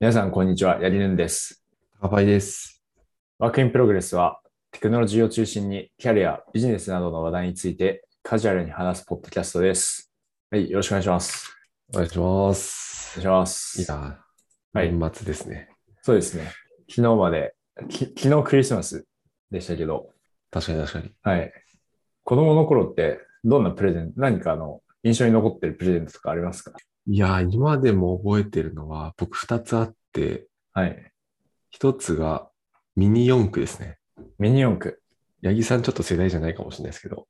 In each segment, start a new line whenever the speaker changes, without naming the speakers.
皆さん、こんにちは。やりぬんです。
高パイです。
ワークインプログレスは、テクノロジーを中心に、キャリア、ビジネスなどの話題について、カジュアルに話すポッドキャストです。はい、よろしくお願いします。
お願いします
お。願いします。
いやー、
はい
年末ですね。
そうですね。昨日まで、き昨日クリスマスでしたけど、
確かに確かに。
はい。子供の頃って、どんなプレゼント、何かあの、印象に残ってるプレゼントとかありますか
いやー、今でも覚えてるのは、僕二つあって、
はい。
一つがミニ四駆ですね。
ミニ四駆。
八木さんちょっと世代じゃないかもしれないですけ ど、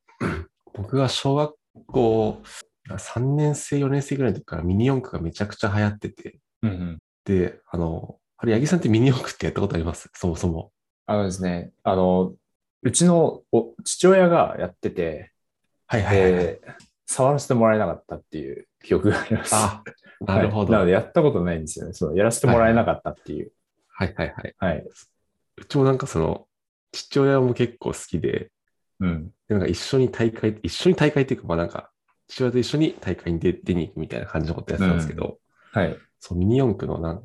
僕が小学校3年生、4年生ぐらいの時からミニ四駆がめちゃくちゃ流行ってて、
うんうん。
で、あの、あれ、八木さんってミニ四駆ってやったことありますそもそも。
あのですね、あの、うちのお父親がやってて、
はいはいはいはい。
で、触らせてもらえなかったっていう記憶があります。
あ、なるほ
は
ど。
いなの
はい
で、やったことないんですよね。そのやらせてもらえなかったっていう。
はいはい。
はい。
うちもなんかその、父親も結構好きで、
うん。
でなんか一緒に大会、一緒に大会っていうか、まあなんか、父親と一緒に大会に出出に行くみたいな感じのことやってたんですけど、
はい。
そう、ミニ四駆のなん、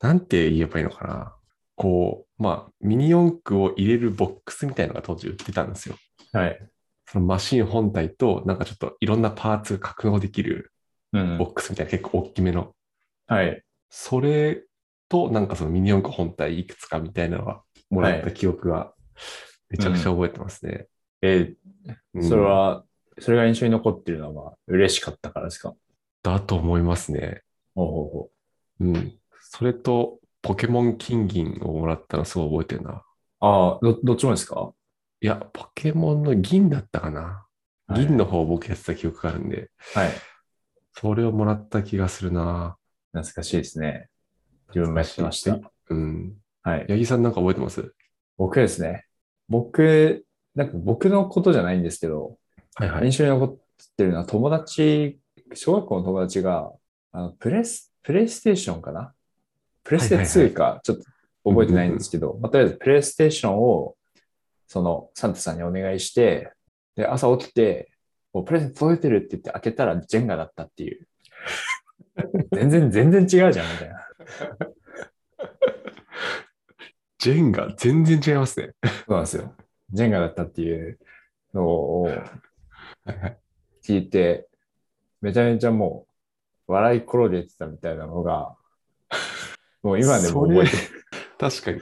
なんて言えばいいのかな。こう、まあ、ミニ四駆を入れるボックスみたいなのが当時売ってたんですよ。
はい。
そのマシン本体と、なんかちょっといろんなパーツが格納できる
うん
ボックスみたいな、結構大きめの。
はい。
それと、なんかそのミニ四駆本体いくつかみたいなのはもらった記憶がめちゃくちゃ覚えてますね。
え
うん
ーそれは、それが印象に残ってるのは、まあ、嬉しかったからですか。
だと思いますね。
ほうほうほ
うん。それと、ポケモン金銀をもらったのすごい覚えてるな。
う。ああ、ど、どっちもですか
いや、ポケモンの銀だったかな。銀。の方を僕やってた記憶があるんで、
はい。はい
それをもらった気がするな。
懐かしいですね。自分もやってました。
うん。
はい。
八木さんなんか覚えてます
僕ですね。僕、なんか僕のことじゃないんですけど、
はいは。
印象に残ってるのは友達、小学校の友達が、あのプレス、プレイステーションかなプレステ
はいはいはい
2か、ちょっと覚えてないんですけど、まあ、とりあえずプレイステーションを、その、サンタさんにお願いして、で、朝起きて、もうプレゼント届いてるって言って開けたらジェンガだったって いう。全然、全然違うじゃん、みたいな。
ジェンガ、全然違いますね。
そうなんですよ。ジェンガだったっていうのを
はいはい。
聞いて、めちゃめちゃもう、笑い転げてたみたいなのが、 もう今でも覚えてる。
確かに。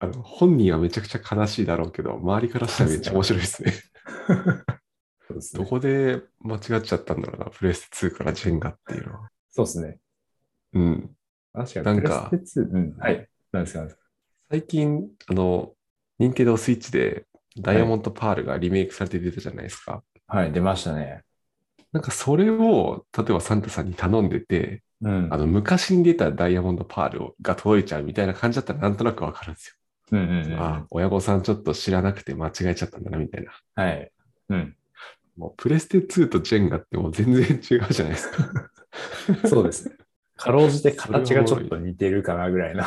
あの本人はめちゃくちゃ悲しいだろうけど、周りからしたらめっちゃ面白いですね。
そうです
ど
ね。
こで間違っちゃったんだろうな、プレステ2からジェンガっていうのは。
そうですね。
うん。
確か
な
に。
ん
プレ
か
ステ2。うん。はい。なんですかなんですか
最近、あの、任天堂スイッチでダイヤモンドパールがリメイクされて出たじゃないですか。
はい、出ましたね。
なんかそれを、例えばサンタさんに頼んでて、
うん。
あの、昔に出たダイヤモンドパールが届いちゃうみたいな感じだったらなんとなくわかるんです
うんうんう
よ。
ん。
ああ、親御さんちょっと知らなくて間違えちゃったんだな、みたいな。
はい。うん。
もうプレステ2とジェンガってもう全然違うじゃないですか。
そうですね。かろうじて形がちょっと似てるかなぐらいな。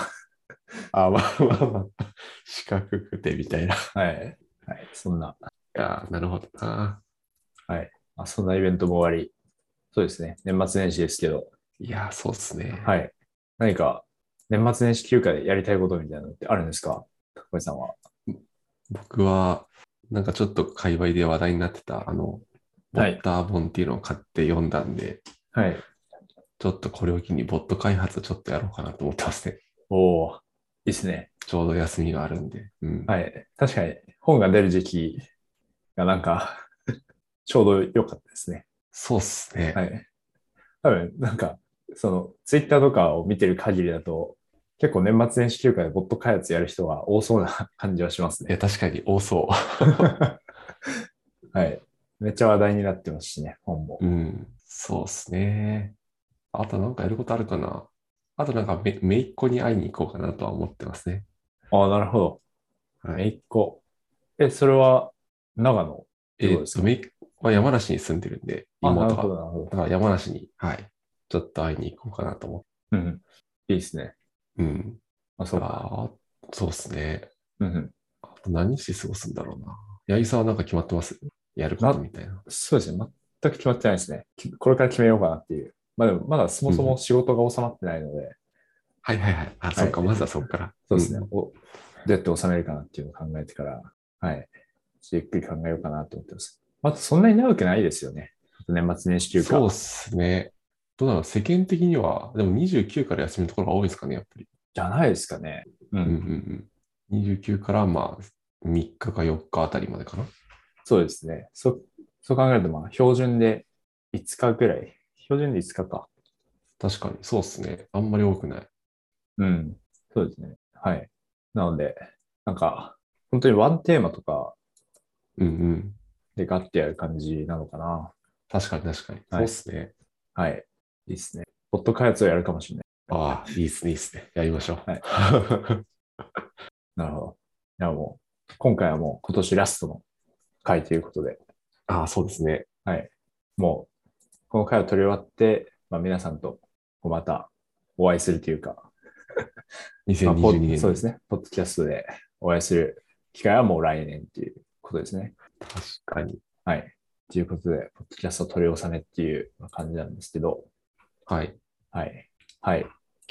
ああ、まあまあまあ、四角くてみたいな。い
はい。はい。そんな、
やー、なるほどな。
あそんなイベントも終わり。そうですね。年末年始ですけど。
いやー、そうっすね。
はい。何か、年末年始休暇でやりたいことみたいなのってあるんですか高橋さんは。
僕は、なんかちょっと界隈で話題になってた、あの、ボ
はい
ッター本っていうのを買って読んだんで、
はい。
ちょっとこれを機にボット開発をちょっとやろうかなと思ってますね。
おおいいですね。
ちょうど休みがあるんで。うん。
はい。確かに、本が出る時期がなんか、 ちょうど良かったですね。
そうっすね。
はい。多分、なんか、その、ツイッターとかを見てる限りだと、結構年末年始休暇でボット開発やる人は多そうな感じはします
いや、
ね。
確かに多そ
はい。めっちゃ話題になってますしね、本も
う。。うん。そうっすね。あとなんかやることあるかな。あとなんかめ、めいっ子に会いに行こうかなとは思ってますね。
ああ、なるほど。
は
め
い。
いっ子。え、それは、長野
え
どう
ー
で
っ
すか
と、めいっ子は山梨に住んでるんで、
あなる
妹
ほど、
が。
なるほど。
だから山梨に、はい。ちょっと会いに行こうかなと思って。
うん。いいですね。
うん。
あ、そうか。
あーそうっすね。
うん。
あと何して過ごすんだろうな。八木さんはなんか決まってますやることみたいな。
そうですね。全く決まってないですね。きこれから決めようかなっていう。まあでも、まだそもそも仕事が収まってないので、
はいはいはい。あ、
い
そっか、まずはそっから。
そうですね、お。どうやって収めるかなっていうのを考えてから、はい。じっくり考えようかなと思ってます。またそんなに長くないですよね。年末年始
う
休
ん。
暇。
そうですね。どうだろう、世間的には、でも29から休みのところが多いですかね、やっぱり。
じゃないですかね。う
うん
ん。
うんうん。29からまあ、3日か4日あたりまでかな。
そうですね。そそう考えると、まあ、標準で5日くらい。標準で5日か。
確かに、そうですね。あんまり多くない。
うん。そうですね。はい。なので、なんか、本当にワンテーマとか
うんうん。
でガッてやる感じなのかな。
確かに確かに。そう
はい
ですね。
はい。いいですね。ポッド開発をやるかもしれない。
ああ、いいですね、いいですね。やりましょう。
はい
は
なるほど。いや、もう、今回はもう今年ラストの回ということで、
ああ、そうですね。
もう、この回を取り終わって、まあ、皆さんとこうまたお会いするというか、まあポ
2022年。
そうですね。ポッドキャストでお会いする機会はもう来年っていうことですね。
確かに。
はい。ということで、ポッドキャストを取り納めっていう感じなんですけど、
はい。
はい。はい。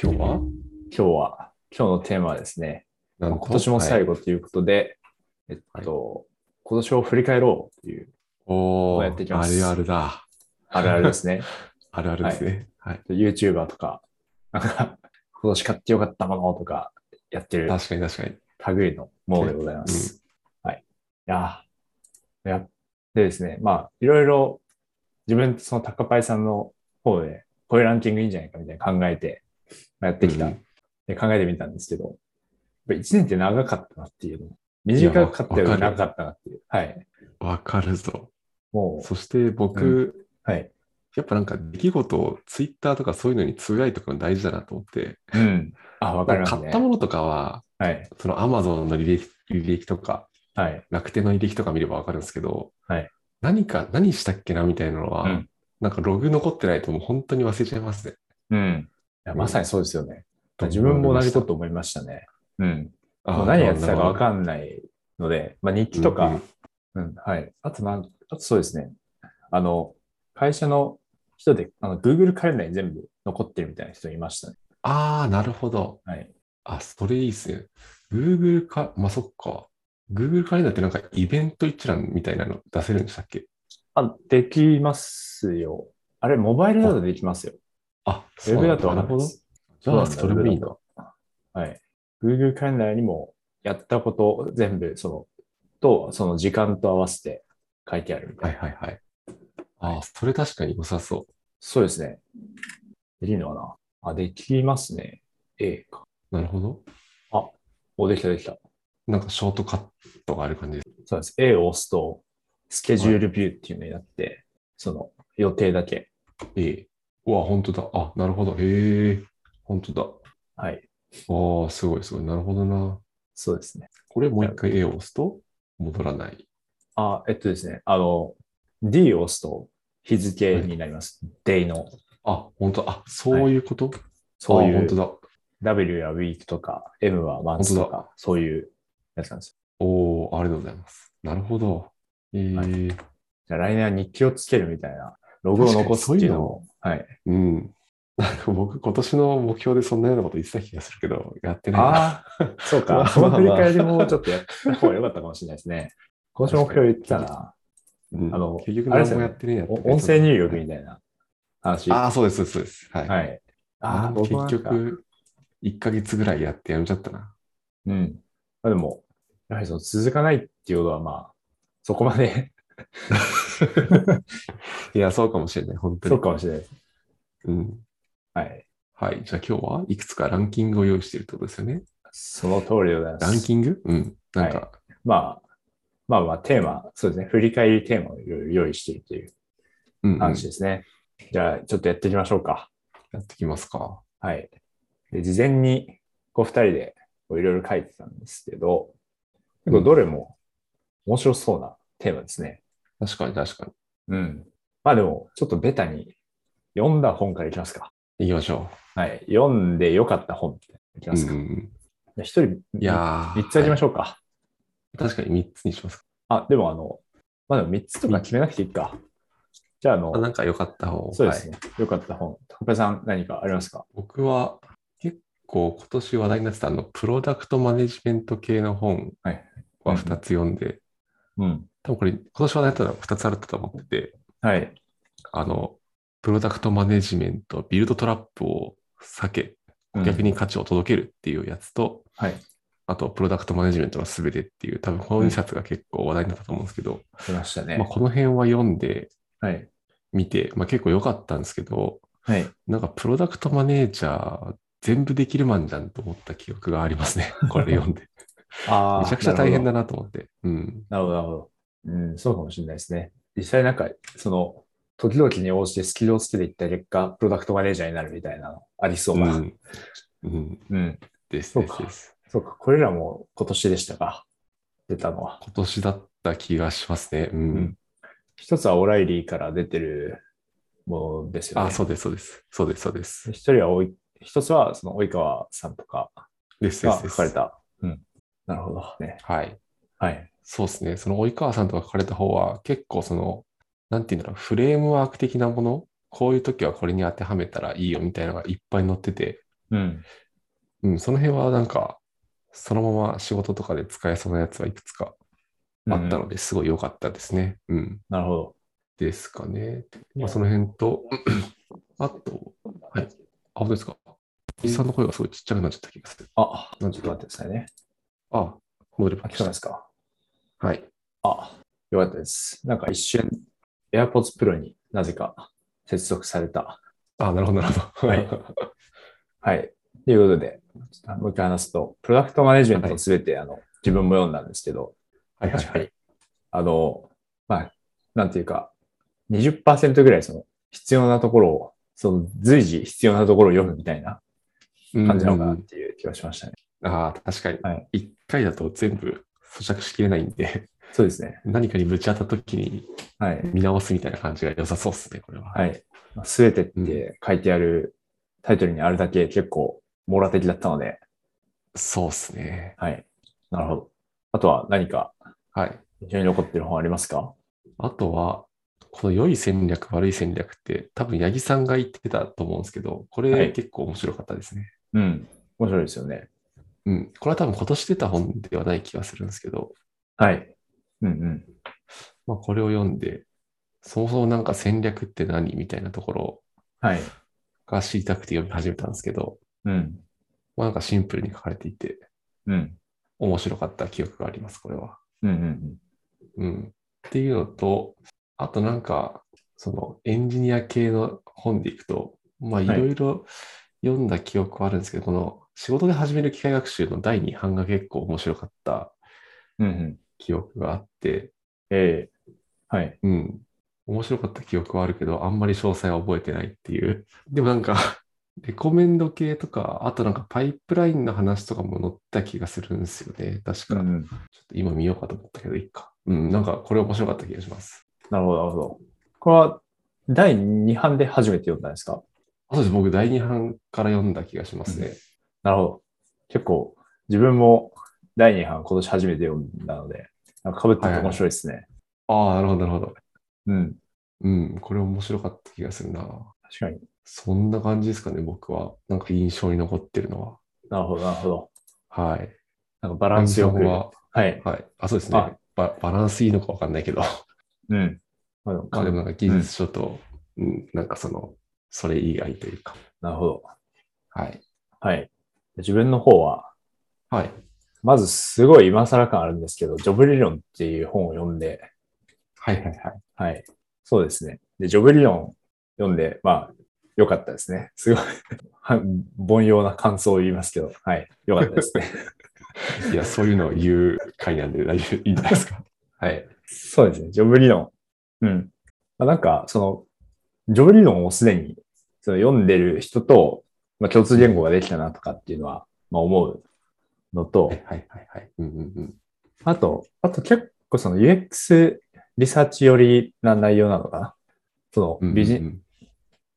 今日は
今日は、今日のテーマはですね、
な
今年も最
後。
後ということで、えっと、今年を振り返ろうという
お
こ
お、
うやっていきます
あるあるだ。
あるある ですね。
あるあるですね。はい。
YouTuber とか、なんか、今年買ってよかったものとかやってる
確かに確かに。
類のものでございます。はい。いやー、やでですね、まあ、いろいろ自分、そのタカパイさんの方で、こういうランキングいいんじゃないかみたいな考えて、まあやってきた、
うん
で考えてみたんですけど、1年って長かったなっていうの。短かったよ
いや
り
わかる
長かったなっていう。はい。
わかるぞ。
もう、
そして僕、
うはい。
やっぱなんか出来事をツイッターとかそういうのにつぶやいとくの大事だなと思って、
うん。あ、わかりますね。
買ったものとかは、
はい。
その Amazon の履歴履歴とか、
はい。
楽天の履歴とか見ればわかるんですけど、
はい
何か、何したっけなみたいなのは、
うん
なんかログ残ってないともう本当に忘れちゃいますね。
うん。いやまさにそうですよね。自分も同じこと思いましたね。うん。
あー。
もう何やってたかわ
ん
かんないので、まあ、日記とか、うんはい。あとなん、あとそうですね。あの、会社の人で、あの、Google カレンダーに全部残ってるみたいな人いましたね。
ああ、なるほど。
はい。
あ、それいいですね。Google か、まあ、そっか。Google カレンダーってなんかイベント一覧みたいなの出せるんでしたっけ
あ、できますよ。あれ、モバイルだとできますよ。
あ、
ウ
そう
ェブ
なん
だとわかんないで
なるほど。
す。
じゃあ、それもいい
ウェブだ
な
と。はい。Google カレンダーにもやったことを全部、その、と、その時間と合わせて書いてあるみた
はいい
な。
はいはい。ああ、それ確かに良さそ
そうですね。できるのかなあ、できますね。A か。
う。なるほど。
お、できたできた。
なんかショートカットがある感じです。
そうです。A を押すと、スケジュールビューっていうのになって、その予定だけ。
ええ。うわ、本当だ。あ、なるほど。へえ。本当だ。
はい。
ああ、すごいすごい。なるほどな。
そうですね。
これもう一回 A を押すと戻らない。
あ、えっとですね。あの、D を押すと日付になります。day の。
あ、本当あ、そういうこと、
そうい
あ、本当
う、
だ。
W は week とか、M は month とか、そういうやつなんですよ。
おお、ありがとうございます。なるほど。ええ
はじゃあ来年は日記をつけるみたいな、ログを残すっていうのも、はい。
うん。なんか僕、今年の目標でそんなようなこと言ってた気がするけど、やってないな。
ああ、そう
まあ
か。
まあ
その振り返りもちょっとやった方が良かったかもしれないですね。今年目標言ってたな。
うん
あの
結局
あれです
何
よね
もやってねえやって
お音声入力みたいな話。
ああ、そうです、そうです。そうですはい。
はい。
あ
あ
あ
あ、
結
僕もなんか、
局、1ヶ月ぐらいやってやめちゃっ たな。
うん。まあでも、やはりその続かないっていうことは、まあ、そこまで、
いや、そうかもしれない、本当に。
そうかもしれないです。
うん。
はい。
はい。じゃあ今日はいくつかランキングを用意しているってことですよね。
その通りでございます。
ランキングうん。なんか、
まあ、まあまあ、テーマ、そうですね。振り返りテーマをいろいろ用意しているという
うん、うん。
話ですね。じゃあ、ちょっとやっていきましょうか。
やってきますか。
はい。で事前に、こう、二人で、こういろいろ書いてたんですけど、結構どれも面白そうなテーマですね。
確かに、確か
うん。まあでも、ちょっとベタに、読んだ本からいきますか。
に。行きましょ
はい。読んで良かった本っていき
う。
ますか。
うん
じ
うん
ゃあ一人、
うんいやー
3つあげま
は
しょうか。
い確かに3つにしますか。
あ、でもあの、まあでも3つとか決めなくていいか。じゃああの
あ、なんか良かった方。
そうです
は
ね。
い。
良かった本。高橋さん何かありますか
僕は結構今年話題になってたあの、プロダクトマネジメント系の本
はい
は2つ読んで、
うん。
多分これ今年話題になったの2つあると思ってて、
はい。
あの、プロダクトマネジメント、ビルドトラップを避け、
うん
逆に価値を届けるっていうやつと、
はい。
あと、プロダクトマネジメントのすべてっていう、多分この2冊が結構話題になったと思うんですけど、
出ましたね
まあ、。この辺は読んで
はい。
みて、まあ、結構良かったんですけど、
はい。
なんかプロダクトマネージャー全部できるマンじゃんと思った記憶があります ね。これ読んで。
あー
めちゃくちゃ大変だ
な。
なと思って。うん。
なるほど、なるほど。うん、そうかもしれないですね。実際なんか、その、時々に応じてスキルをつけていった結果、プロダクトマネージャーになるみたいなの、ありそう
う
な。
ん。うん。
うん。
です
そう
です
か
です。
そうか、これらも今年でしたか、出たのは。
今年だった気がしますね。うん。
うん一つはオライリーから出てるものですよね。
あ、そうです、そうです。そうです、そうです。
一人はおい、一つはその及川さんとか
ですで
が
す
書
で
かれ
す。
た。うん。なるほど。ね。
はい。
はい。
そうですね。その及川さんとか書かれた方は、結構その、なんていうんだろう、フレームワーク的なもの、こういう時はこれに当てはめたらいいよみたいなのがいっぱい載ってて、
うん。
うん、その辺はなんか、そのまま仕事とかで使えそうなやつはいくつかあっ
う
た
ん
のですごい良かったですね。うん。
なるほど。
ですかね。まあ、その辺と、 あと、はい。あ、本当ですか。おじさんの声がすごいちっちゃくなっちゃった気がする。
あ、ちょ
な
っ
ん
と
で
待ってくださいね。
あ、戻れば
あ、聞こえますか
はい。
あ、よかったです。なんか一瞬、AirPods Pro になぜか接続された。
あ、なるほど、なるほど。
はいはい。ということで、もう一回話すと、プロダクトマネジメントのすべて、あの自分も読んだんですけど、
はいはいはい。
に。あの、まあ、なんていうか、20%ぐらいその必要なところを、その随時必要なところを読むみたいな感じなのかなっていう気がしましたね。
ああ、確かに
はい。
一、回だと全部咀嚼しきれないんで、
そうですね。
何かにぶち当たった時に
はい。
見直すみたいな感じが良さそうですね、これは。
はい。すべてって書いてあるタイトルにあるだけ結構網羅的だったので、
そうですね。
はい。なるほど。あとは何か
はい。
非常に残ってる本ありますか
あとは、この良い戦略、悪い戦略って、多分八木さんが言ってたと思うんですけど、こ
は
れ
い
結構面白かったですね。
うん。面白いですよね。
うん。これは多分今年出た本ではない気がするんですけど、
はい。うんうん。
まあこれを読んで、そもそもなんか戦略って何みたいなところ
はい。
が知りたくて読み始めたんですけど、
うん。
まあなんかシンプルに書かれていて、
うん。
面白かった記憶があります、これは。
うんうん
うん。っていうのと、あとなんか、そのエンジニア系の本でいくと、まあい
はい
ろいろ読んだ記憶はあるんですけど、この仕事で始める機械学習の第2版が結構面白かった
うん。うんうん。
記憶があって、
ええはい。
うん。面白かった記憶はあるけど、あんまり詳細は覚えてないっていう。でもなんか、 レコメンド系とか、あとなんかパイプラインの話とかも載った気がするんですよね。確
う
か。
んう
ち
ん。
ょっと今見ようかと思ったけど、いいか。うん、なんかこれ面白かった気がします。
なるほど、なるほど。これは第2版で初めて読んだんですか
そうです。僕、第2版から読んだ気がしますね。
なるほど。結構、自分も第2版今年初めて読んだので、なんか被ってて面白いですね。
ああ、なるほど、なるほど。
うん。
うん、これ面白かった気がするな。
確かに。
そんな感じですかね、僕は。なんか印象に残ってるの
なるほど、なるほど。
は。はい。
なんかバランスよく。
南さんは、
はい。
はい。あ、そうですね
あ。
ババランスいいのかわかんないけど。
うん。まあでも
まあでもなんか技術書と、うん、なんかその、それ以外というか。
なるほど。
はい。
はい。自分の方は、
はい。
まずすごい今更感あるんですけど、ジョブ理論っていう本を読んで、
はいはいはい。
はい。そうですね。で、ジョブ理論読んで、まあ、良かったですね。すごい は、凡庸な感想を言いますけど、はい。良かったです ね。
いや、そういうのを言う回なんで大丈夫、いいんじゃないです か。はい。
そうですね。ジョブ理論。うん。まあ、なんか、その、ジョブ理論をすでにその読んでる人と、まあ、共通言語ができたなとかっていうのは、まあ、思うのと
はい、はいはいはい。うんうんうん。
あと、あと結構その UX リサーチ寄りな内容なのかなそ
うんう
の
ん
ビジ、
うん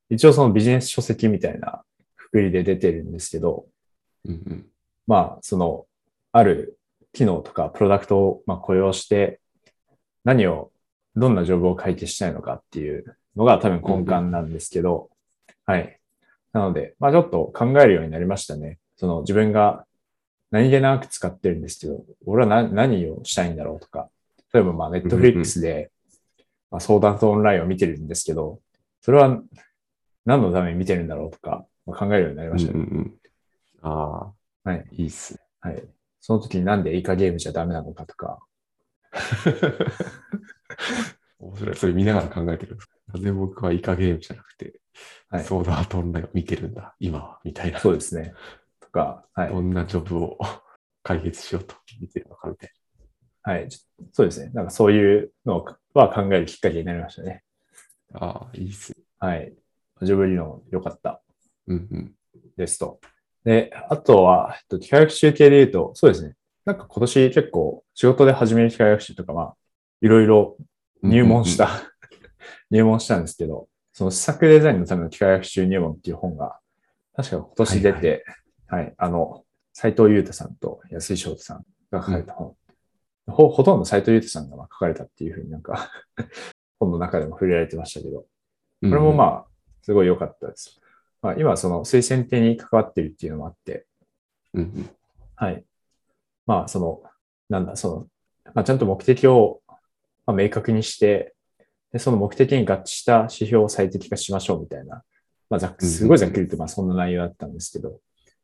一応そのビジネス書籍みたいなくくりで出てるんですけど、
うんうん。
まあ、その、ある機能とかプロダクトをまあ雇用して、何を、どんなジョブを解決したいのかっていうのが多分根幹なんですけど、はい。なので、まあちょっと考えるようになりましたね。その自分が何気なく使ってるんですけど、俺は何何をしたいんだろうとか、例えばまあネットフリックスで、まあ、相談とオンラインを見てるんですけど、それは何のために見てるんだろうとか、まあ考えるようになりましたね
うんうんうんああ、
はい、
いいっすね。
はい。その時になんでイカゲームじゃダメなのかとか、
面白い。それ見ながら考えてるんですなぜ僕はイカゲームじゃなくて、
はい
ソードアートオンラインを見てるんだ、今は、みたいな。
そうですね。とか、はい。
どんなジョブを解決しようと見てるのかみたい
はい。ちょそうですね。なんかそういうのは考えるきっかけになりましたね。
な。ああ、いいっすね。
はい。ジョブ理論良かった
うんうん。
ですと。で、あとは、えっと、機械学習系で言うと、そうですね。なんか今年結構仕事で始める機械学習とか、まあ、いろいろ入門した、 入門したんですけど、その試作デザインのための機械学習入門っていう本が、確か今年出て、はい、あの、斉藤裕太さんと安井翔太さんが書かれた本。ほほとんど斉藤裕太さんがまあ書かれたっていうふうになんか、 本の中でも触れられてましたけど、
うんうん。
これも
あ、
まあ、すごい良かったです。まあ、今、その推薦艇に関わってるっていうのもあって、
うんうん、
はい。まあ、その、なんだ、その、まあ、ちゃんと目的を、まあ、明確にしてで、その目的に合致した指標を最適化しましょうみたいな、まあ、ざっ
うんうん
すごいざっくり言うと、まあ、そんな内容だったんですけど、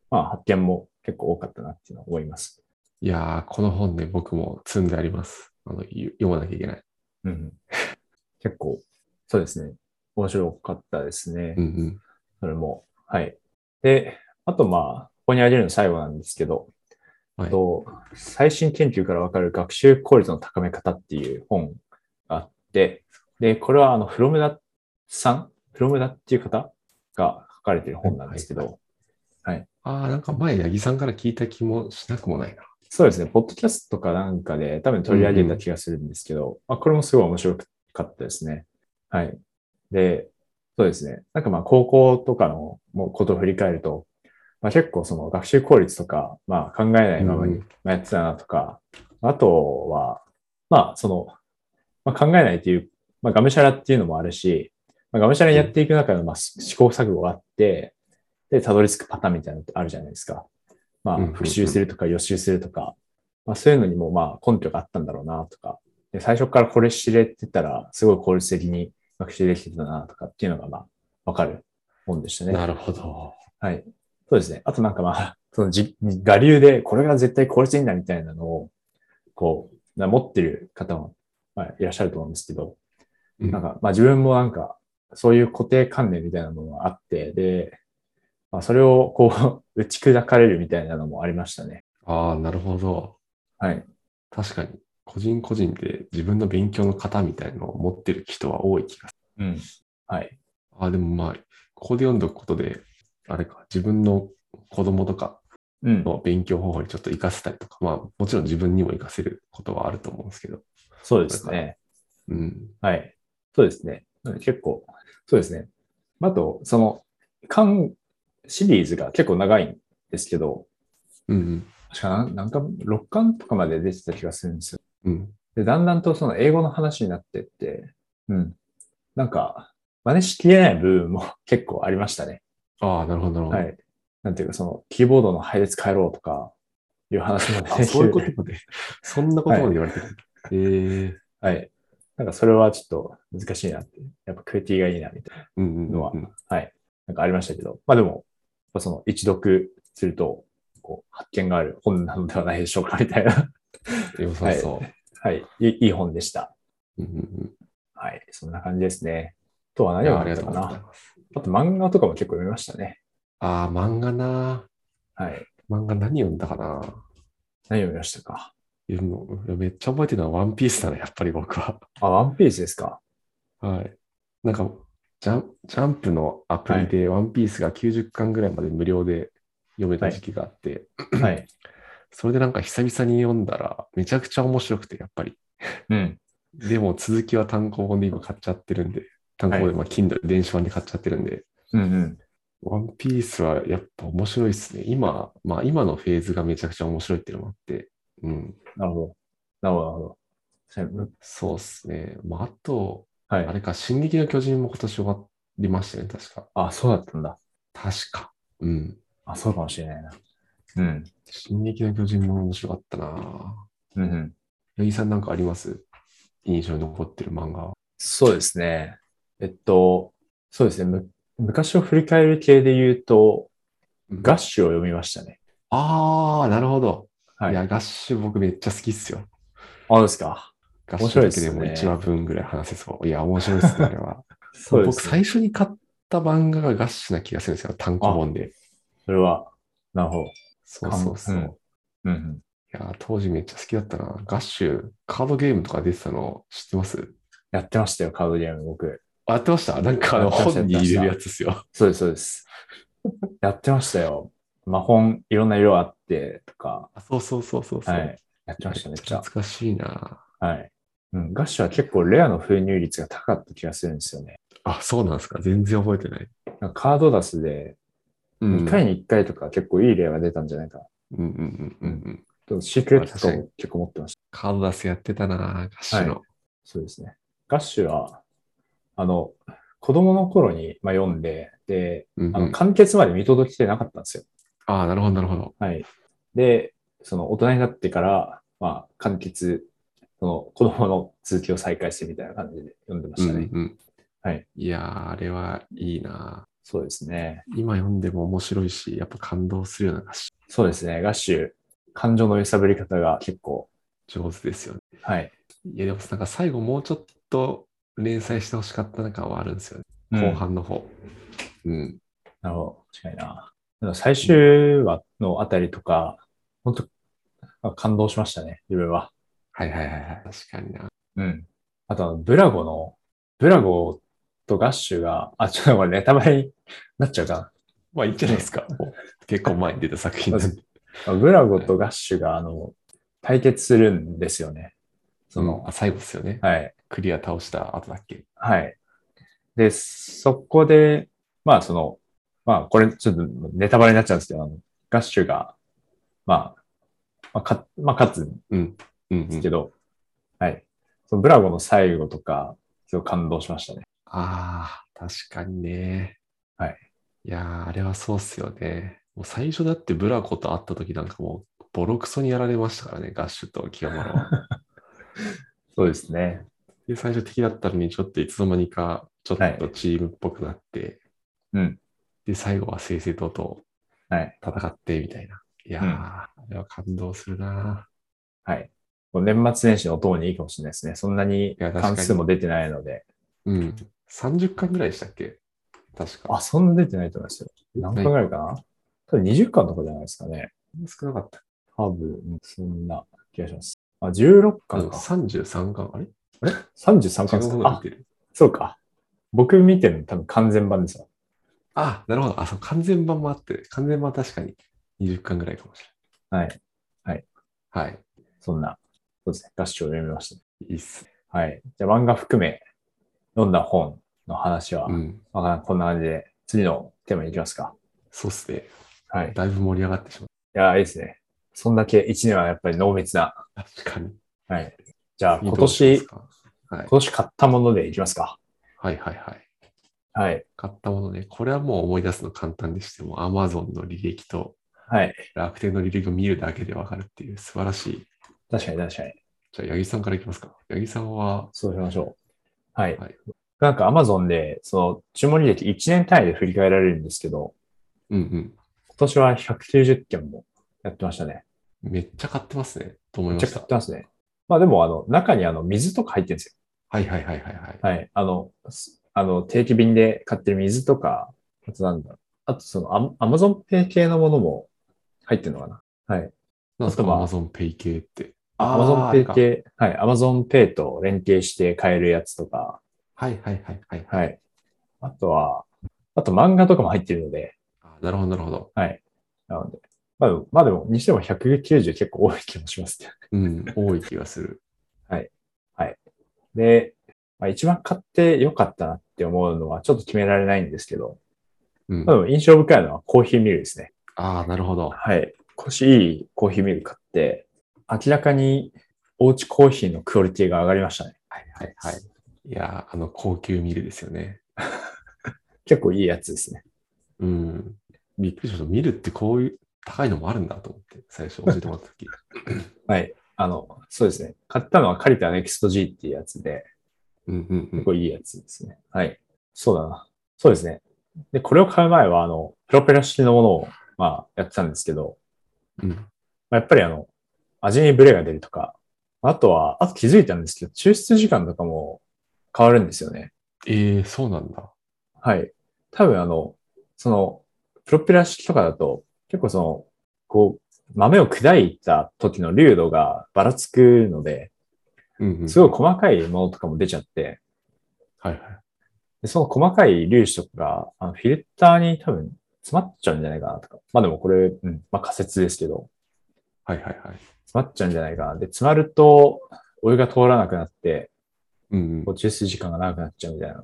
まあ、発見も結構多かったなっていうのは思います。
いやー、この本ね、僕も積んであります。あのゆ読まなきゃいけない。
うん。 結構、そうですね。面白かったですね。
うんうん。
それも。はい。で、あとまあ、ここに挙げるの最後なんですけど、
はい
と最新研究からわかる学習効率の高め方っていう本があって、で、これはあの、フロムダさんフロムダっていう方が書かれてる本なんですけど、
ああ、なんか前、八木さんから聞いた気もしなくもないな。
そうですね、ポッドキャストかなんかで多分取り上げた気がするんですけど、まあ、これもすごい面白かったですね。はい。で、そうですね。なんかまあ高校とかのもうことを振り返ると、まあ、結構その学習効率とか、まあ考えないままに
うん
まあやってたなとか、あとは、まあその、まあ、考えないという、まあがむしゃらっていうのもあるし、まあ、がむしゃらにやっていく中でまあ試行錯誤があって、で、たどり着くパターンみたいなのってあるじゃないですか。まあ
うんうんうん
復習するとか予習するとか、まあ、そういうのにもまあ根拠があったんだろうなとか、で最初からこれ知れてたら、すごい効率的に学習できてたなとかっていうのがまあわかる本でしたね。
なるほど。
はい。そうですね。あとなんかまあ、 そのじ、我流でこれが絶対効率いいんだみたいなのを、こう、な持ってる方も、まあ、いらっしゃると思うんですけど、
うん
なんか、まあ自分もなんか、そういう固定観念みたいなものがあって、で、まあそれをこう、打 ち砕かれるみたいなのもありましたね。
ああ、なるほど。
はい。
確かに、個人個人で自分の勉強の型みたいのを持ってる人は多い気がする。
うん。はい。
ああ、でもまあ、ここで読んどくことで、あれか、自分の子供とか
うん。
の勉強方法にちょっと活かせたりとか、まあ、もちろん自分にも活かせることはあると思うんですけど。
そうですね。
うん。
はい。そうですね。うん結構、そうですね。あと、その、缶シリーズが結構長いんですけど、
うんうん。
確か何何巻、6巻とかまで出てた気がするんですよ。
うん。
で、だんだんとその英語の話になってって、うん。なんか、真似しきれない部分も結構ありましたね。
ああ、なるほど、なるほど。
はい。なんていうか、その、キーボードの配列変えろとか、いう話も出てき
あ
て
そういうこと まで、そんなことまで言われてる。ええ
はい。なんか、それはちょっと難しいなって。やっぱ、クエティがいいな、みたいな。
うんうんうん。
のはなんかありましたけど、まあでも、やっぱその一読すると、こう、発見がある本なのではないでしょうか、みたいな。
良さそう。
はい。いいいい本でした。
うんうんうん
はい。そんな感じですね。あとはい何
や
を
あり
や
が
っ
と
たか
うござい
な。
ます。
あと漫画とかも結構読みましたね。
ああ、漫画な。
はい。
漫画何読んだかな。
何読みましたか
いやもういやめっちゃ覚えてるのはワンピースだね、やっぱり僕は。
あ、ワンピースです か。
はい。なんかジャン、ジャンプのアプリでワンピースが90巻ぐらいまで無料で読めた時期があって、
はい。
それでなんか久々に読んだらめちゃくちゃ面白くて、やっぱり。
うん。
でも続きは単行本で今買っちゃってるんで、単行本でまあ Kindle、電子版で買っちゃってるんで、
うんうん。
ワンピースはやっぱ面白いですね。今、まあ今のフェーズがめちゃくちゃ面白いっていうのもあって、うん、
なるほど。なるほど、なるほどそれむ。
そうですね。まああと、
は
あ
い。
れか、進撃の巨人も今年終わりましたね、確か。
あ、そうだったんだ。
確か。うん。
あ、そうかもしれないな。うん。
進撃の巨人も面白かったな
うんうん。
八木さんなんかあります印象に残ってる漫画は。
そうですね。えっと、そうですね。む昔を振り返る系で言うと、ガッシュを読みましたね。
ああ、なるほど。、
はいい。あ、
や、ガッシュ僕めっちゃ好きっすよ。
そうですか。
ガッ
面
シ
白い
ュだ
っ
け
す
で
ね
も1話分ぐらい話せそう。いや、面白いっすね、あれは。
そうで
僕
すね。
最初に買った漫画がガッシュな気がするんですよ。単行本で。
それは、なるほど。
そうそうそう。
うんうんうん。
いやー、当時めっちゃ好きだったな。ガッシュ、カードゲームとか出てたの知ってます
やってましたよ、カードゲーム、僕。
あ、やってましたなんかあの
やってました
本に入れるやつですよ。
そうです、そうです。 やってましたよ。魔本、いろんな色あって、とか。
あそうそうそうそうそう。
はい。やってました、めっちゃ。
懐かしいな。
はい。うん、ガッシュは結構レアの封入率が高かった気がするんですよね。
あ、そうなんですか。全然覚えてない。
なんかカードダスで
うん。
2回に1回とか結構いい例が出たんじゃないかな。
うんうんうんうんうん。
でもシークレットとかも結構持ってました。
カード出すやってたな、ガッシュの。
そうですね。ガッシュは、あの、子供の頃に、まあ、読んで、で、
うん
あ
う
の
ん、
完結まで見届けてなかったんですよ。
ああ、なるほど、なるほど。
はい。で、その大人になってから、まあ、完結、その子供の続きを再開してみたいな感じで読んでま
う
し
ん
た
う
ね。
ん。
はい。
いやー、あれはいいな。
そうですね。
今読んでも面白いし、やっぱ感動するようなガッシ
そうですね。ガッシュ、感情の揺さぶり方が結構、
ュ上手ですよね。
はい。
いや、でもなんか最後もうちょっと連載してほしかったな感はあるんですよね。
うん
後半の方。うん。
なるほど。確かにな。でも最終話のあたりとか、本当あ感動しましたね、自分は。
はいはいはいはい。確かにな。
うん。あとあの、ブラゴの、ブラゴとガッシュが、あ、ちょっとこれネタバレになっちゃうか
まあいいんじゃないですか。もう結構前に出た作品なんで。
な。ブラゴとガッシュが、あの、対決するんですよね。そ
その
の、
あ最後ですよね。
はい。
クリア倒した後だっけ。
はい。で、そこで、まあその、まあこれちょっとネタバレになっちゃうんですけど、あのガッシュが、まあ、まあ、かまあ、勝つ
うん、う
です
ん
け。ど、はい。そのブラゴの最後とか、すごい感動しましたね。
ああ、確かにね。
はい。
いやー、あれはそうっすよね。もう最初だってブラコと会った時なんかもうボロクソにやられましたからね、ガッシュと清丸 は。
そうですね。
で、最初敵だったのにちょっといつの間にかちょ
は
っと
い
チームっぽくなって、
うん
で、最後は正々堂
はい。
々戦ってみたいな。いやー、
うん
あれは感動するな。
はい。もう年末年始のお供にいいかもしれないですね。そんなに
や確かに
関数も出てないので。
うん。30巻ぐらいでしたっけ確か。
あ、そんな出てないと思いますよ。何巻ぐらいかな、多分20巻とかじゃないですかね。
少なかった。
多分、そんな気がします。あ、16巻か。
33巻あれ
33巻
違
です
うも
か
の見
あ
て、る。
そうか。僕見てるの多分完全版ですよ。
あ、なるほど。あ、そう、完全版もあって、完全版は確かに20巻ぐらいかもしれ
は
ない。
い。はい。
はい。
そんな、そうですね。合唱を読みましたね。
いいっすね。
はい。じゃあ漫画含め、読んだ本の話は、
うん。
まあ、こんな感じで、次のテーマに行きますか。
そうっすね。
はい。い
だいぶ盛り上がってしま
やー、いいですね。そんだけ一年はやっぱり濃密な。
う。確かに。
はい。じゃあ、
次
今
どうしま
年、
すか。はい
今。年買ったものでいきますか。
はいはいはい。
はい。
買ったものね。これはもう思い出すの簡単でして、もう Amazon の履歴と
はい。
楽天の履歴を見るだけでわかるっていう素晴らしい。
確かに確かに。
じゃあ、八木さんからいきますか。八木さんは、
そうしましょう。はい。
はい
なんか Amazon で、その、注文履歴1年単位で振り返られるんですけど、
うんうん。
今年は190件もやってましたね。
めっちゃ買ってますね。と思い
めっ
ま
ちゃ
した
買っ。てますね。まあでも、あの、中にあの、水とか入ってるんですよ。
はいはいはいはいはい。
はい。あの、すあの定期便で買ってる水とか、あとなんだろう。あとそのア、アマゾンペイ系のものも入ってるのかな。はい。
なんですか、
あ
Amazon Pay 系って。
アマ
ー
ゾンペイ。
あれか
系、はい。アマゾンペイと連携して買えるやつとか、
はいはいはいはい。
は。い。あとは、あと漫画とかも入ってるので、
あなるほどなるほど。
はい。なので、まあでも、まあでも、にしても190結構多い気もしますね。
うん、多い気がする。
で、まあ、一番買ってよかったなって思うのは、ちょっと決められないんですけど、
うん
まあ、でも印象深いのはコーヒーミルですね。
ああ、なるほど。
はい。腰いいコーヒーミル買って、明らかにおうちコーヒーのクオリティが上がりましたね。
はいはいはい。いやー、あの、高級ミルですよね。
結構いいやつですね。
うん。びっくりしました。ミルってこういう、高いのもあるんだと思って、最初教えてもらった時。
はい。あの、そうですね。買ったのはカリタ NEXT-G っていうやつで、
うんうんうん
結。構いいやつですね。はい。そうだな。そうですね。で、これを買う前は、あの、プロペラ式のものを、まあ、やってたんですけど、
うん
まあ、やっぱりあの、味にブレが出るとか、あとは、あと気づいたんですけど、抽出時間とかも変わるんですよね。
ええ、そうなんだ。
はい。多分あの、その、プロペラ式とかだと、結構その、こう、豆を砕いた時の粒度がばらつくので、
うんうん。
すごい細かいものとかも出ちゃって、
はいはい。
でその細かい粒子とかが、あのフィルターに多分詰まっちゃうんじゃないかなとか。まあでもこれ、うん、まあ仮説ですけど、
はいはいはい。
詰まっちゃうんじゃないかな。で、詰まると、お湯が通らなくなって、
うんうん。
こう抽出時間が長くなっちゃうみたいなの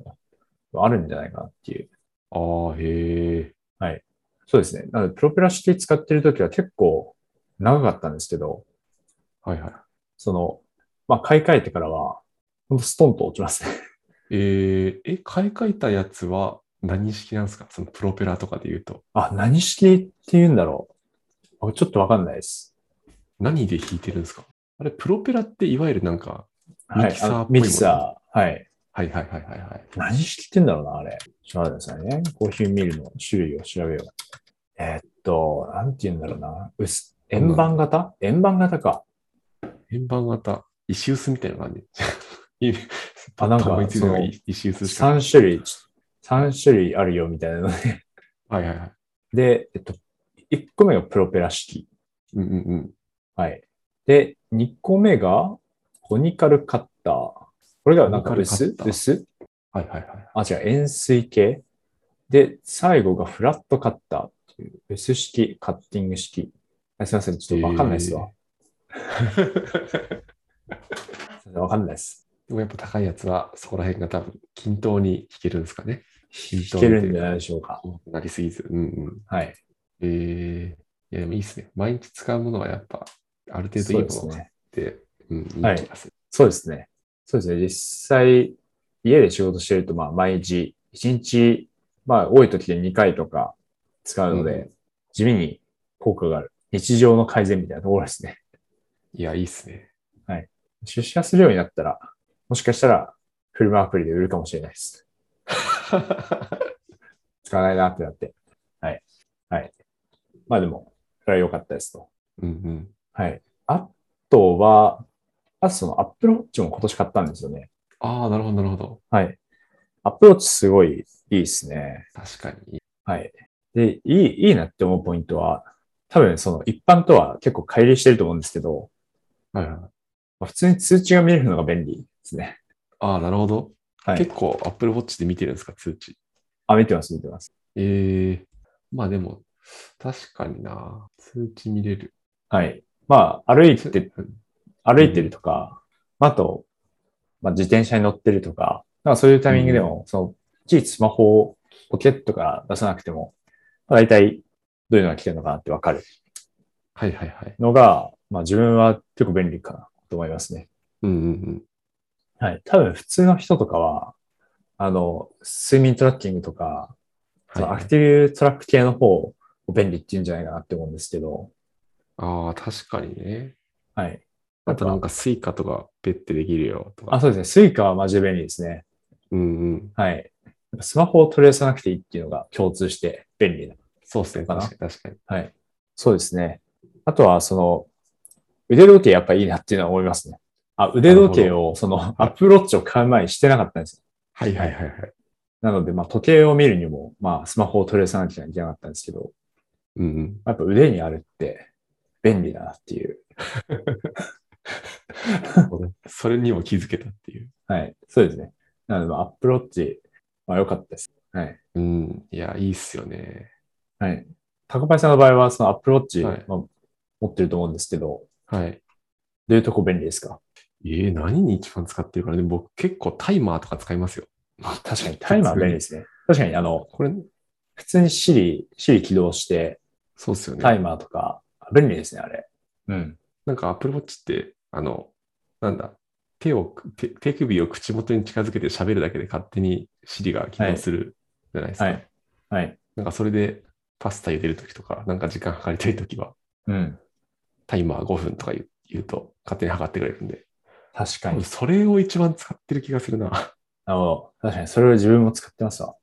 があるんじゃないかなっていう。
ああ、へえ。
そうですね。なので、プロペラ式使ってる時は結構長かったんですけど、
はいはい。
その、まあ、買い替えてからは、ほんとストンと落ちますね。
えー、え、買い替えたやつは何式なんですかそのプロペラとかで言うと。
あ、何式って言うんだろう。あちょっとわかんないです。
何で弾いてるんですかあれ、プロペラっていわゆるなんか、
はい
ミキサー
あの
っぽいもの
ミキサー。はい。
はいはいはいはいはい。
何式って言うんだろうな、あれ。ちょっと待ってくださいね。コーヒーミルの種類を調べよう。えーっと、なんて言うんだろうな。薄円盤型円盤型か。
円盤型、石臼みたいな感じ。 いいね
あなんか
パッと思いついたのが
その
石臼しか。
3種類、三種類あるよみたいなので。
はいはいはい。
で、えっと、1個目がプロペラ式。
うんうんうん。
はい。で、2個目が、コニカルカッター。これがなんか
コニ
薄
カルカッター
薄
はいはいはい。
あ、違う、円錐形。で、最後がフラットカッターっていう、薄式、カッティング式。あすいません、ちょっとわかんないですわ。すいませんわかんないです。
でもやっぱ高いやつは、そこら辺が多分均等に弾けるんですかね。均
弾けるんじゃないでしょうか。
重くなりすぎず。うんうん。
はい。
えー、いやでもいいですね。毎日使うものはやっぱ、ある程度い
そ
いうも
で
の
す
を買っ
ね。
て、うん、
はいい
い気がする。
そうですね。そうですね。実際、家で仕事してると、まあ、毎日、1日、まあ、多い時で2回とか使うので、
う
地味に効果がある。日常の改善みたいなところですね。
いや、いいっすね。
出社するようになったら、もしかしたら、フルマアプリで売るかもしれないです。使わないなってなって。はい。はい。まあでも、それは良かったですと。
うんうん。
はい。あとは、あとその Apple Watch も今年買ったんですよね。
ああ、なるほど、なるほど。
はい。Apple Watch すごいいいですね。
確かに。
はい。で、いい、いいなって思うポイントは、多分その一般とは結構乖離してると思うんですけど、
はいはい。
まあ普通に通知が見れるのが便利ですね。
ああ、なるほど。
はい
結構 Apple Watch で見てるんですか、通知。
あ、見てます、見てます。
ええまあでも、確かにな。通知見れる。
はい。まあ、歩いて
うん
歩いてるとか、あと、まあ、自転車に乗ってるとか、なんかそういうタイミングでも、その、いちいちスマホをポケットから出さなくても、まあ大体どういうのが来てるのかなってわかる
はいはいはい。
のが、まあ自分は結構便利かなと思いますね。
うんうんうん。
はい。多分普通の人とかは、あの、睡眠トラッキングとか、その
は
ア
い
クティブトラック系の方を便利って言うんじゃないかなって思うんですけど、
ああ、確かにね。
はい。
あとなんか Suica とかペッてできるよとか。
あ、そうですね。スイカはマジで便利ですね。
うんうん。
はい。やっぱスマホを取り出さなくていいっていうのが共通して便利な。
そうですね。
かな
確かに確かに。
はい。そうですね。あとは、その、腕時計やっぱいいなっていうのは思いますね。あ、腕時計を、その、アップローチを買う前にしてなかったんですよ。
はいはいはいはい。
なので、まあ、時計を見るにも、まあ、スマホを取り出さなきゃいけなかったんですけど、
うんうん。
やっぱ腕にあるって便利だなっていう。
それにも気づけたっていう。
はい。そうですね。なので、まあアップローチ、まあ、良かったです。はい。
うん。いや、いいっすよね。
はい。高橋さんの場合は、そのアップローチ、
はい
まあ、持ってると思うんですけど、
はい。
どういうとこ便利ですか
えー、何に一番使ってるかなでも僕結構タイマーとか使いますよ。
あ確かに、タイマー便利ですね。確かに、あの、
これ、
普通に Siri、Siri 起動して、
そうっすよね。
タイマーとか、便利ですね、あれ。うん。
なんか Apple Watch って、あの、なんだ、手を、手手首を口元に近づけて喋るだけで勝手に Siri が起動するじゃないですか。
はい。はい。
なんかそれで、パスタ茹でるときとか、なんか時間計りたいときは、
うん。
タイマー5分とか言う言うと、勝手に測ってくれるんで、
確か
多分
に。
それを一番使ってる気がするな。
あの、確かに、それを自分も使ってますわ。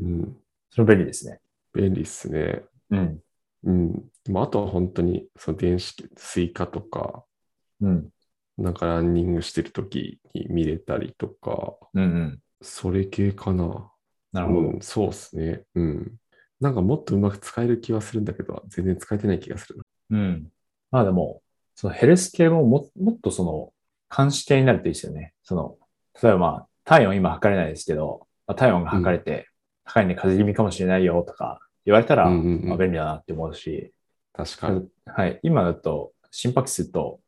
うん、
それ便利ですね。
便利っすね。
うん。
うん。でもあとは本当に、その電子機、スイカとか、
うん。
なんかランニングしてるときに見れたりとか、
うんうん。
それ系かな。
なるほど。
うん、そうですね。うん。なんかもっとうまく使える気はするんだけど、全然使えてない気がするな。
うん。まあでも、そのヘルス系もももっとその、監視系になるといいですよね。その、例えばまあ、体温今測れないですけど、まあ、体温が測れて、高いんで風邪気味かもしれないよとか言われたら、
うんうんうん
まあ、便利だなって思うし、
確かに。
はい。今だと、心拍数と、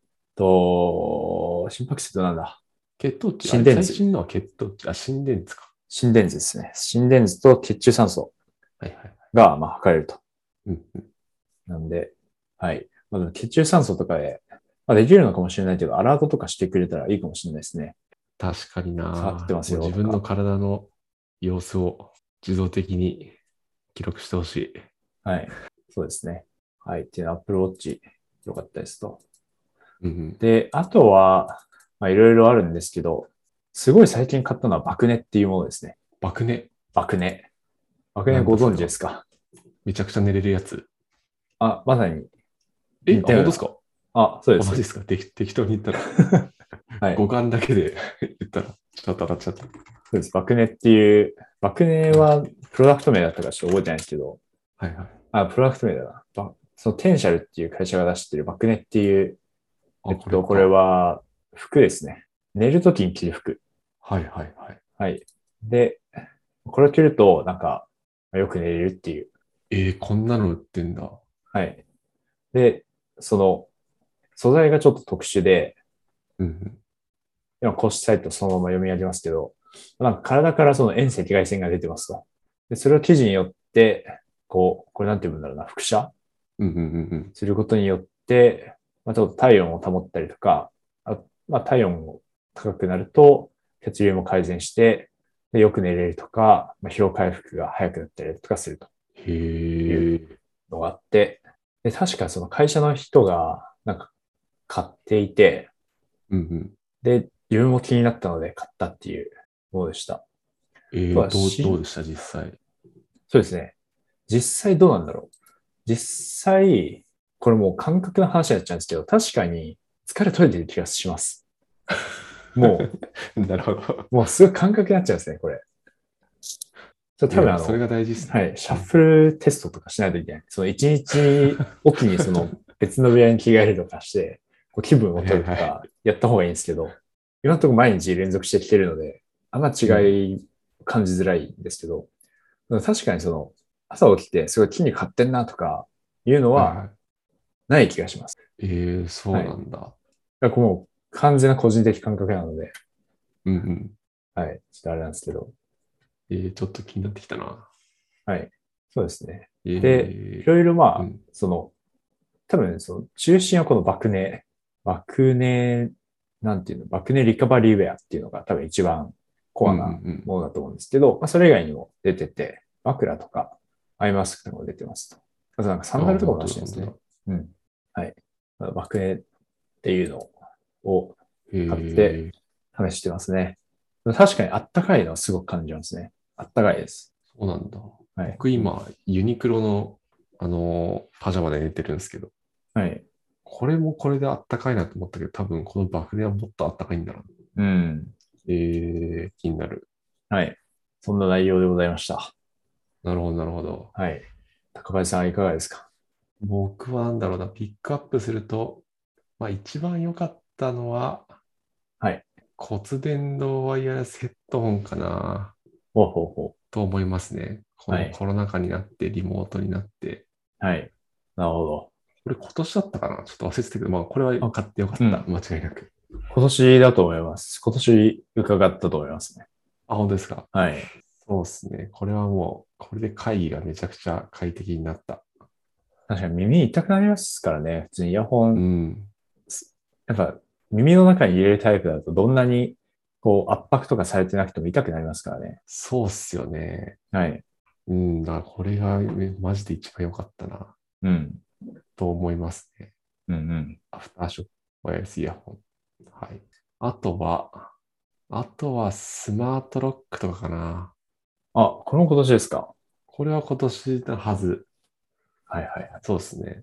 と、心拍数となんだ
血糖値、
心電図
あ最新のは血糖値、あ、心電図か。
心電図ですね。心電図と血中酸素
はいはい。
が、まあ、測れると。
うんうん、
なんで、はい。まあ、でも血中酸素とかで、まあ、できるのかもしれないけど、アラートとかしてくれたらいいかもしれないですね。
確かにな。
触ってますよ
もう自分の体の様子を自動的に記録してほしい。
はい。そうですね。はい。っていうの、Apple Watch 良かったですと。
うんうん、
で、あとは、まあ、いろいろあるんですけど、すごい最近買ったのは爆寝っていうものですね。
爆寝。
爆寝。爆寝ご存知ですか
めちゃくちゃ寝れるやつ。
あ、まさに。
え、
似
あ
たよう
本当
な
ですか
あ、そう
あ
で。
マジですすかてき適当に言ったら。
はい。そ
五感だけで言ったら、ちょっと当たっちゃった。
うです。爆寝っていう、爆寝はプロダクト名だったかちょっと覚えてないんですけど、
はいはい。
あ、プロダクト名だな。ばそのテンシャルっていう会社が出してる爆寝っていう、
あ
えっと、これ。は服ですね。寝るときに着る服。
はいはいはい。
はい。で、これを着ると、なんか、よく寝れるっていう。
えー、こんなの売ってんだ。
はい。で、その、素材がちょっと特殊で、
うんうん。
今公式サイトそのまま読み上げますけど、なんか体からその遠赤外線が出てますと。で、それを生地によって、こう、これなんて言うんだろうな、輻射
うんうんうん
することによって、まあ、ちょっと体温を保ったりとか、あまあ、体温も高くなると、血流も改善して、でよく寝れるとか、まあ、疲労回復が早くなったりとかすると。
うん。へえ。
のがあって、で、確かその会社の人が、なんか、買っていて、
うんうん。
で、自分も気になったので買ったっていうものでした。
え
そ
ー、
う
ど
だ
う
し
どうでした実際。
そうですね。実際どうなんだろう。実際、これもう感覚の話になっちゃうんですけど、確かに疲れ取れてる気がします。も
なるほど。
う、もうすごい感覚になっちゃうんですね、これ。それ多
い
分
や
あの
そ、れが大事ですね。
はい、シャッフルテストとかしないといけない。その一日おきにその別の部屋に着替えるとかして、こう気分を取ると
はい
かやった方がいいんですけど、今のところ毎日連続してきてるので、あんま違い感じづらいんですけど、確かにその朝起きてすごい筋肉張ってんなとかいうの
い
はいない気がします。
えー、そうなんだ。
だからもう完全な個人的感覚なので、
うんうん。
はい、ちょっとあれなんですけど、
えー、ちょっと気になってきたな。
そうですね。
えー、
でいろいろまあ、
うん
その、多分その中心はこの爆寝、爆寝、なんていうの、爆寝リカバリーウェアっていうのが多分一番コア
うん
な
うん
ものだと思うんですけど、まあ、それ以外にも出てて、枕とかアイマスクとかも出てますと。あとなんかサンダルとかも出してるんですね。うん。はい。まあ爆寝っていうのを
うん
買って
えー
試してますね。確かにあったかいのはすごく感じますね。あったかいです。
そうなんだ。
はい。
僕今、ユニクロの、あのーパジャマで寝てるんですけど、
はい。
これもこれであったかいなと思ったけど、多分この爆弾はもっとあったかいんだろ
う
う
ん。
な。えー、気になる。
はい。そんな内容でございました。
なるほど、なるほど。
はい。高林さん、いかがですか
僕はなんだろうな、ピックアップすると、まあ一番良かったのは、
はい。
骨伝導ワイヤレスヘッドホンかな
ほうほうほ
と思いますね。こ
は
の
い
コロナ禍になって、リモートになって、
う。はい。なるほど。
これ今年だったかなちょっと忘れてたけど、まあこれは買ってよかった。
うん
間違いなく。
今年だと思います。今年伺ったと思いますね。
あ、本当ですか。
はい。
そうですね。これはもう、これで会議がめちゃくちゃ快適になった。
確かに耳痛くなりますからね。普通にイヤホ
う
ン、
ん。
やっぱ耳の中に入れるタイプだとどんなにこう圧迫とかされてなくても痛くなりますからね。
そうっすよね。
はい。
うん、だからこれがねマジで一番良かったな、
うん。
と思いますね。
うんうん。
アフターショック、ワイヤレスイヤホン。はい。あとは、あとはスマートロックとかかな。
あ、この今年ですか
これは今年のはず。
はいはい
そうですね。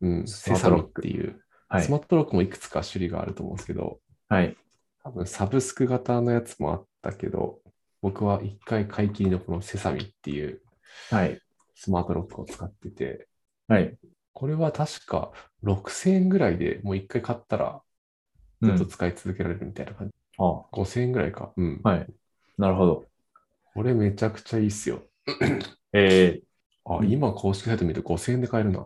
うん。
スマー
セ
ト
サ
ロ
ミ
ッ
っ
ク
ていう、
はい。
スマートロックもいくつか種類があると思うんですけど、
はい。
多分サブスク型のやつもあったけど、僕は一回買い切りのこのセサミっていう
はい。
スマートロックを使ってて、
はい。
これは確か6000円ぐらいでもう一回買ったらずっと使い続けられるみたいな感じ。
あ、
5000円ぐらいか。うん。
はいなるほど。
これめちゃくちゃいいっすよ。
えー、
あ
う、ん
今公式サイト見ると5000円で買えるな。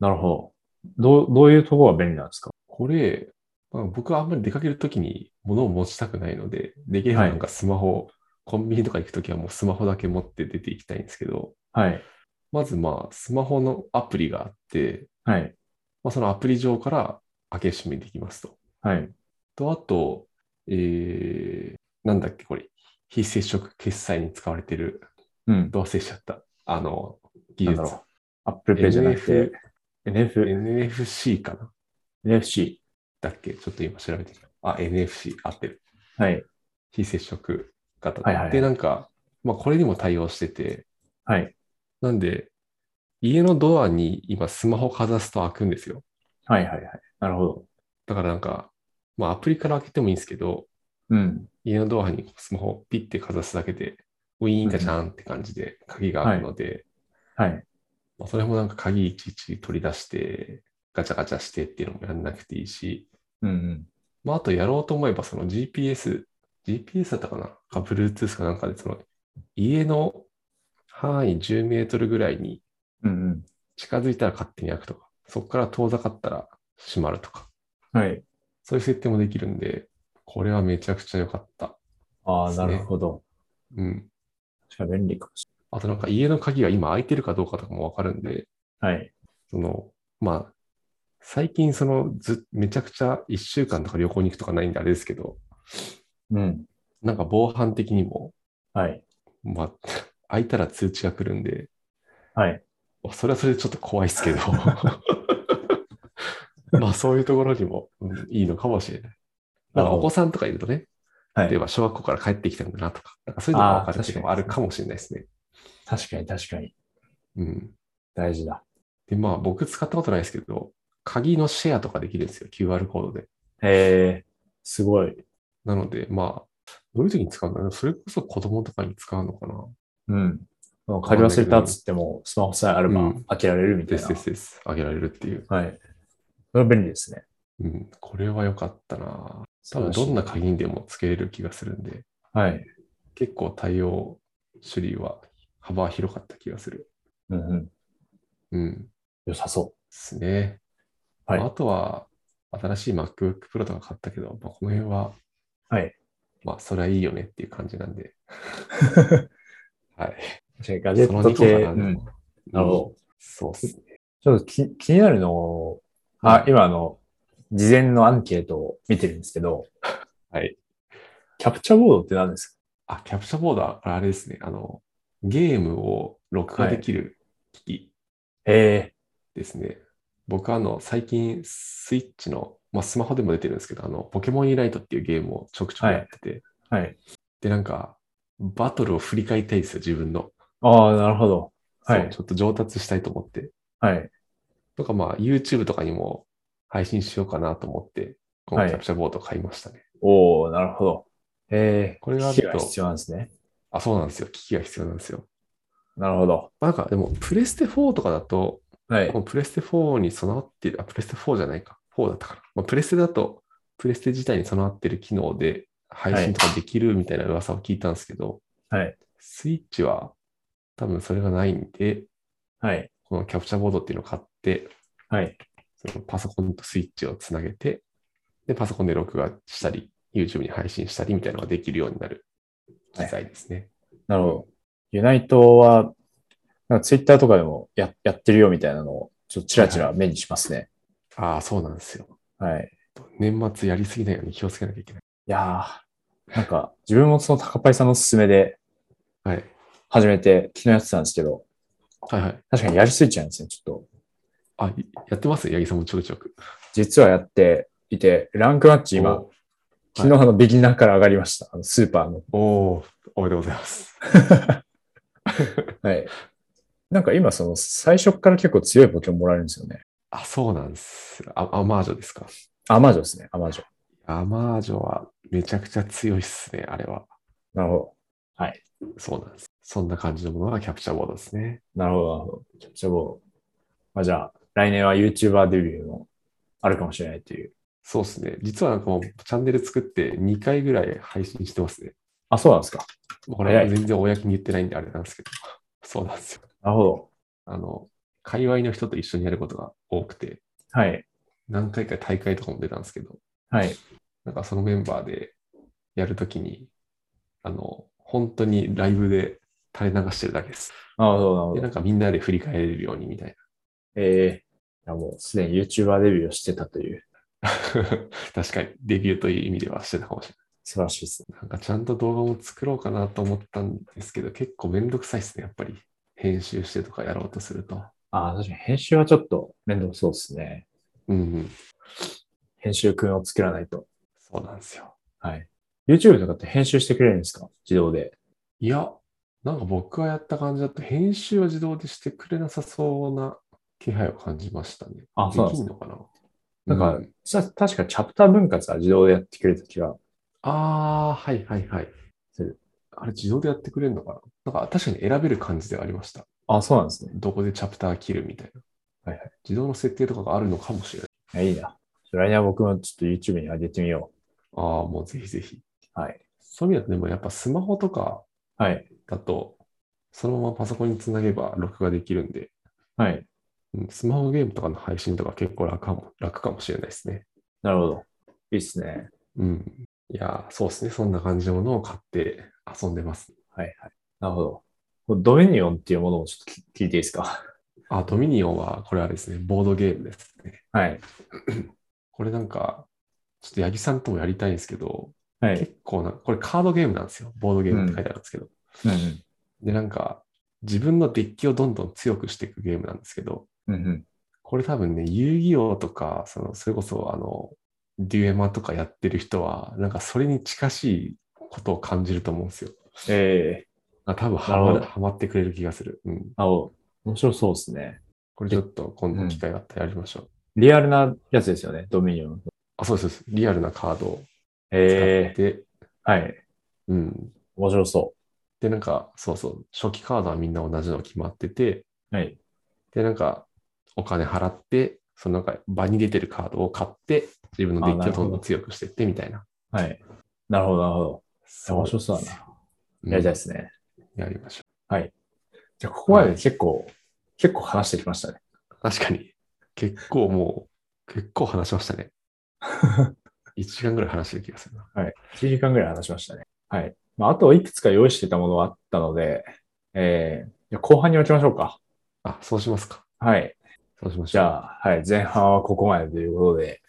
なるほど。どう、どういうところが便利なんですか
これ、まあ僕はあんまり出かけるときに物を持ちたくないので、できればなんかスマホ、コンビニとか行くときはもうスマホだけ持って出ていきたいんですけど、
はい。
まずまあスマホのアプリがあって、
はい。
まあ、そのアプリ上から開け閉めできますと。
はい。
と、あと、えー、なんだっけ、これ、非接触決済に使われてる、
うん。
どうせしちゃった、あの、技
なんだ
術
ろ。う。Apple Pay じゃなくて、NF、
NF、NFC かな
NFC。
だっけちょっと今調べてみた。あ、NFC 合ってる。
はい。
非接触型で、
はいはいはい
でなんか、まあ、これにも対応してて、
はい。
なんで、家のドアに今スマホかざすと開くんですよ。
はいはいはい。なるほど。
だからなんか、まあ、アプリから開けてもいいんですけど、
うん。
家のドアにスマホをピッてかざすだけで、ウィーンガチャンって感じで鍵があるので、
はい。
まあ、それもなんか鍵いちいち取り出して、ガチャガチャしてっていうのもやんなくていいし、
うんうん。
まあ、あとやろうと思えば、その GPS、GPS だったかなか、Bluetooth かなんかで、その家の範囲10メートルぐらいに
うん
近づいたら勝手に開くとか、そこから遠ざかったら閉まるとか、
うん。はい。
そういう設定もできるんで、これはめちゃくちゃ良かった。
ああ、
です
な
ね
るほど。
うん。
確かに便利かもし
あとなんか家の鍵が今開いてるかどうかとかもわかるんで、
れない。はい。
その、まあ、最近そのず、めちゃくちゃ1週間とか旅行に行くとかないんであれですけど、
うん。
なんか防犯的にも、
はい。
まあ、 開いたら通知が来るんで、
はい。
それはそれでちょっと怖いですけど。 まあそういうところにも、うんいいのかもしれない。な
な
ん
る
か
ほど
お子さんとかいるとね、
はい
例えば小学校から帰ってきたんだなとか、なんかそういうのが分かる
あー
っていうのもあるかもしれないですね。
確かに確かに。
うん。
大事だ。
で、まあ僕使ったことないですけど、鍵のシェアとかできるんですよ、QR コードで。
へえ、すごい。
なので、まあ、どういう時に使うんだろうそれこそ子供とかに使うのかな
うん。もう借り忘れたっつっても、スマホさえあれ
う
ば
ん
開けられるみた
で
いな。
すですです。あげられるっていう。
はい。それは便利ですね。
うん。これは良かったな多分どんな鍵にでもつけれる気がするんで。
はい。
結構対応種類は幅広かった気がする。
うんうん。
うん。で
良さそ
すね。
はい
まああとは、新しい MacBook Pro とか買ったけど、まあ、この辺は、
はい。
まあ、それはいいよねっていう感じなんで、
う。確
はい。
かにガジェ
そ
ッ
の
ト
2
系。
個かな。
う
で
ん
も
なるほ
うん
ど。
そうですね。
ちょっと気気になるのを、あ、今あの、事前のアンケートを見てるんですけど、
はい。
キャプチャボードって何ですか
あ、キャプチャボードはあれですね。あの、ゲームを録画できる機器
え
ですね。僕はあの、最近、スイッチの、まあ、スマホでも出てるんですけど、あの、ポケモンユナイトっていうゲームをちょくちょくやってて、
えはい。
で、なんか、バトルを振り返りたいんですよ、自分の。
ああ、なるほど。は
そう
い
ち。ょっと上達したいと思って。
はい。
とか、まあ、YouTube とかにも配信しようかなと思って、こ
は
の
い
キャプチャーボードを買いましたね。
おおなるほど。ええ
これがある
機
と
器が必要なんですね。
あ、そうなんですよ。機器が必要なんですよ。
なるほど。
なんか、でも、プレステ4とかだと、
はい
も。うプレステ4に備わってる、あ、プレステ4じゃないか。4だったかな。まあ、プレステだと、プレステ自体に備わってる機能で配信とかできるみたいな噂を聞いたんですけど、
はい
スイッチは多分それがないんで、
はい。
このキャプチャーボードっていうのを買って、
はい。
そのパソコンとスイッチをつなげて、で、パソコンで録画したり、YouTube に配信したりみたいなのができるようになる機材ですね。
なるほど。ユナイトは、なんかツイッターとかでもややってるよみたいなのを、ちょっとちらちら目にしますね。
ああ、そうなんですよ。
はい。
年末やりすぎないように気をつけなきゃいけない。
いやーなんか、自分もその高パイさんのおすすめで、
はい。
始めて、昨日やってたんですけど、
はいはい。
確かにやりすぎちゃうんですね、ちょっと。
あ、いやってます八木さんもちょくちょく。
実はやっていて、ランクマッチ今、
お
昨日あのビギナーから上がりました。あのスーパーの。
おーおめでとうございます。
はい。なんか今その最初から結構強いポケモンもらえるんですよね。
あ、そうなんです。あアマージョですか。
アマージョですね、アマージョ。
アマージョはめちゃくちゃ強いっすね、あれは。
なるほど。
そうなんです。そんな感じのものがキャプチャーボードですね。
なるほど、なるほど。キャプチャーボードまあじゃあ、来年は YouTuber デビューもあるかもしれないという。
そうですね。実はなんかもうチャンネル作って2回ぐらい配信してますね。
あ、そうなんですか。
これは全然公に言ってないんであれなんですけど。そうなんですよ。
なるほど。
あの、界隈の人と一緒にやることが多くて、
はい。
何回か大会とかも出たんですけど、
はい。
なんかそのメンバーでやるときに、あの、本当にライブで垂れ流してるだけです。
なるほど、なるほ
で、
ど
な。んかみんなで振り返れるようにみたいな。
ええいやもうすでに YouTuber デビューをしてたという、
確かにデビューという意味ではしてたかもしれ
素晴らしいですね。
ない。なんかちゃんと動画も作ろうかなと思ったんですけど、結構めんどくさいですね、やっぱり。編集してとかやろうとすると。
ああ、確かに編集はちょっと面倒そうですね。
うん、うん、
編集君を作らないと。
そうなんですよ。
はい。YouTube とかって編集してくれるんですか自動で。
いや、なんか僕がやった感じだと、編集は自動でしてくれなさそうな気配を感じましたね。
あそうなん
で
です
きんのかな
なんか、
うん
さ確かチャプター分割は自動でやってくれた気が。
ああ、はいはいはい
する。
あれ自動でやってくれるのかななんか確かに選べる感じではありました。
あそうなんですね。
どこでチャプター切るみたいな。
はいは
自動の設定とかがあるのかもしれない。
いやいいな。ちょ来年は僕もちょっと YouTube に上げてみよ
ああ、もうぜひぜひ。
う。はい。
そういう意味だと、でもやっぱスマホとか
はい。
だと、そのままパソコンにつなげば録画できるんで、
はい。
うんスマホゲームとかの配信とか結構楽かも楽かもしれないですね。
なるほど。いいっすね。
うん。いやー、そうですね。そんな感じのものを買って遊んでます。
はいはい。なるほど。これドミニオンっていうものもちょっとき聞いていいですか
あ、ドミニオンは、これはですね、ボードゲームですね。
はい。
これなんか、ちょっと八木さんともやりたいんですけど、
はい。
結構な、これカードゲームなんですよ。ボードゲームって書いてあるんですけど。
うんうん。
で、なんか、自分のデッキをどんどん強くしていくゲームなんですけど、
うんうん。
これ多分ね、遊戯王とか、その、それこそ、あの、デュエマとかやってる人は、なんかそれに近しいことを感じると思うんですよ。
ええ
あ多分
な
ハ
るほ
マ
ど
るハマってくれる気がする。うん。
あお、面白そうですね。
これちょっと今度機会があったらやりましょう。
リアルなやつですよね、ドミニオン。
あ、そうですそうです。リアルなカードを使って、
ええはい。
うん。
面白そ
で、なんか、そうそう、初期カードはみんな同じの決まってて、
う。はい。
で、なんか、お金払って、そのなんか場に出てるカードを買って、自分のデッキをどんどん強くしていってみたいな。
はい。なるほど、なるほど。
そ
面白そうだ
な
な。。やりたいですね。
うんやりましょ
じゃあ、ここまで結構、結構話してきましたね。
う。確かに。結構もう、結構話しまし たね。1時間ぐらい話してる気がするな。
1時間ぐらい話しましたね。はい。まあ、あといくつか用意してたものはあったので、えーじゃあ後半に置きましょうか。
あ、そうしますか。
はい。
そうしまし
じ
ょ
ゃあ、はい。前半はここまでということで、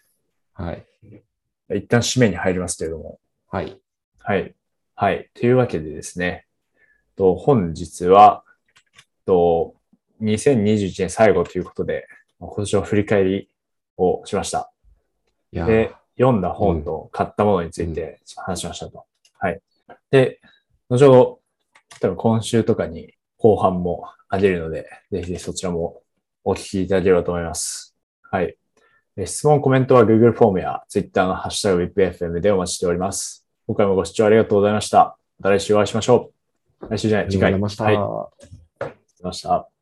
う。はい。
一旦締めに入りますけれども。
はい。
はい。はい。というわけでですね、と本日は、と2021年最後ということで、今年の振り返りをしました。
いやー
で、読んだ本と買ったものについて話しましたと。はい。で、後ほど、多分今週とかに後半もあげるので、ぜひぜひそちらもお聞きいただければと思います。はい。で質問、コメントは Google フォームや Twitter のハッシュタグ WIPFM でお待ちしております。今回もご視聴ありがとうございました。また来週お会いしましょう。来週じゃない、次
あ
回。
りがとうございました。
はい、ありがとうございました。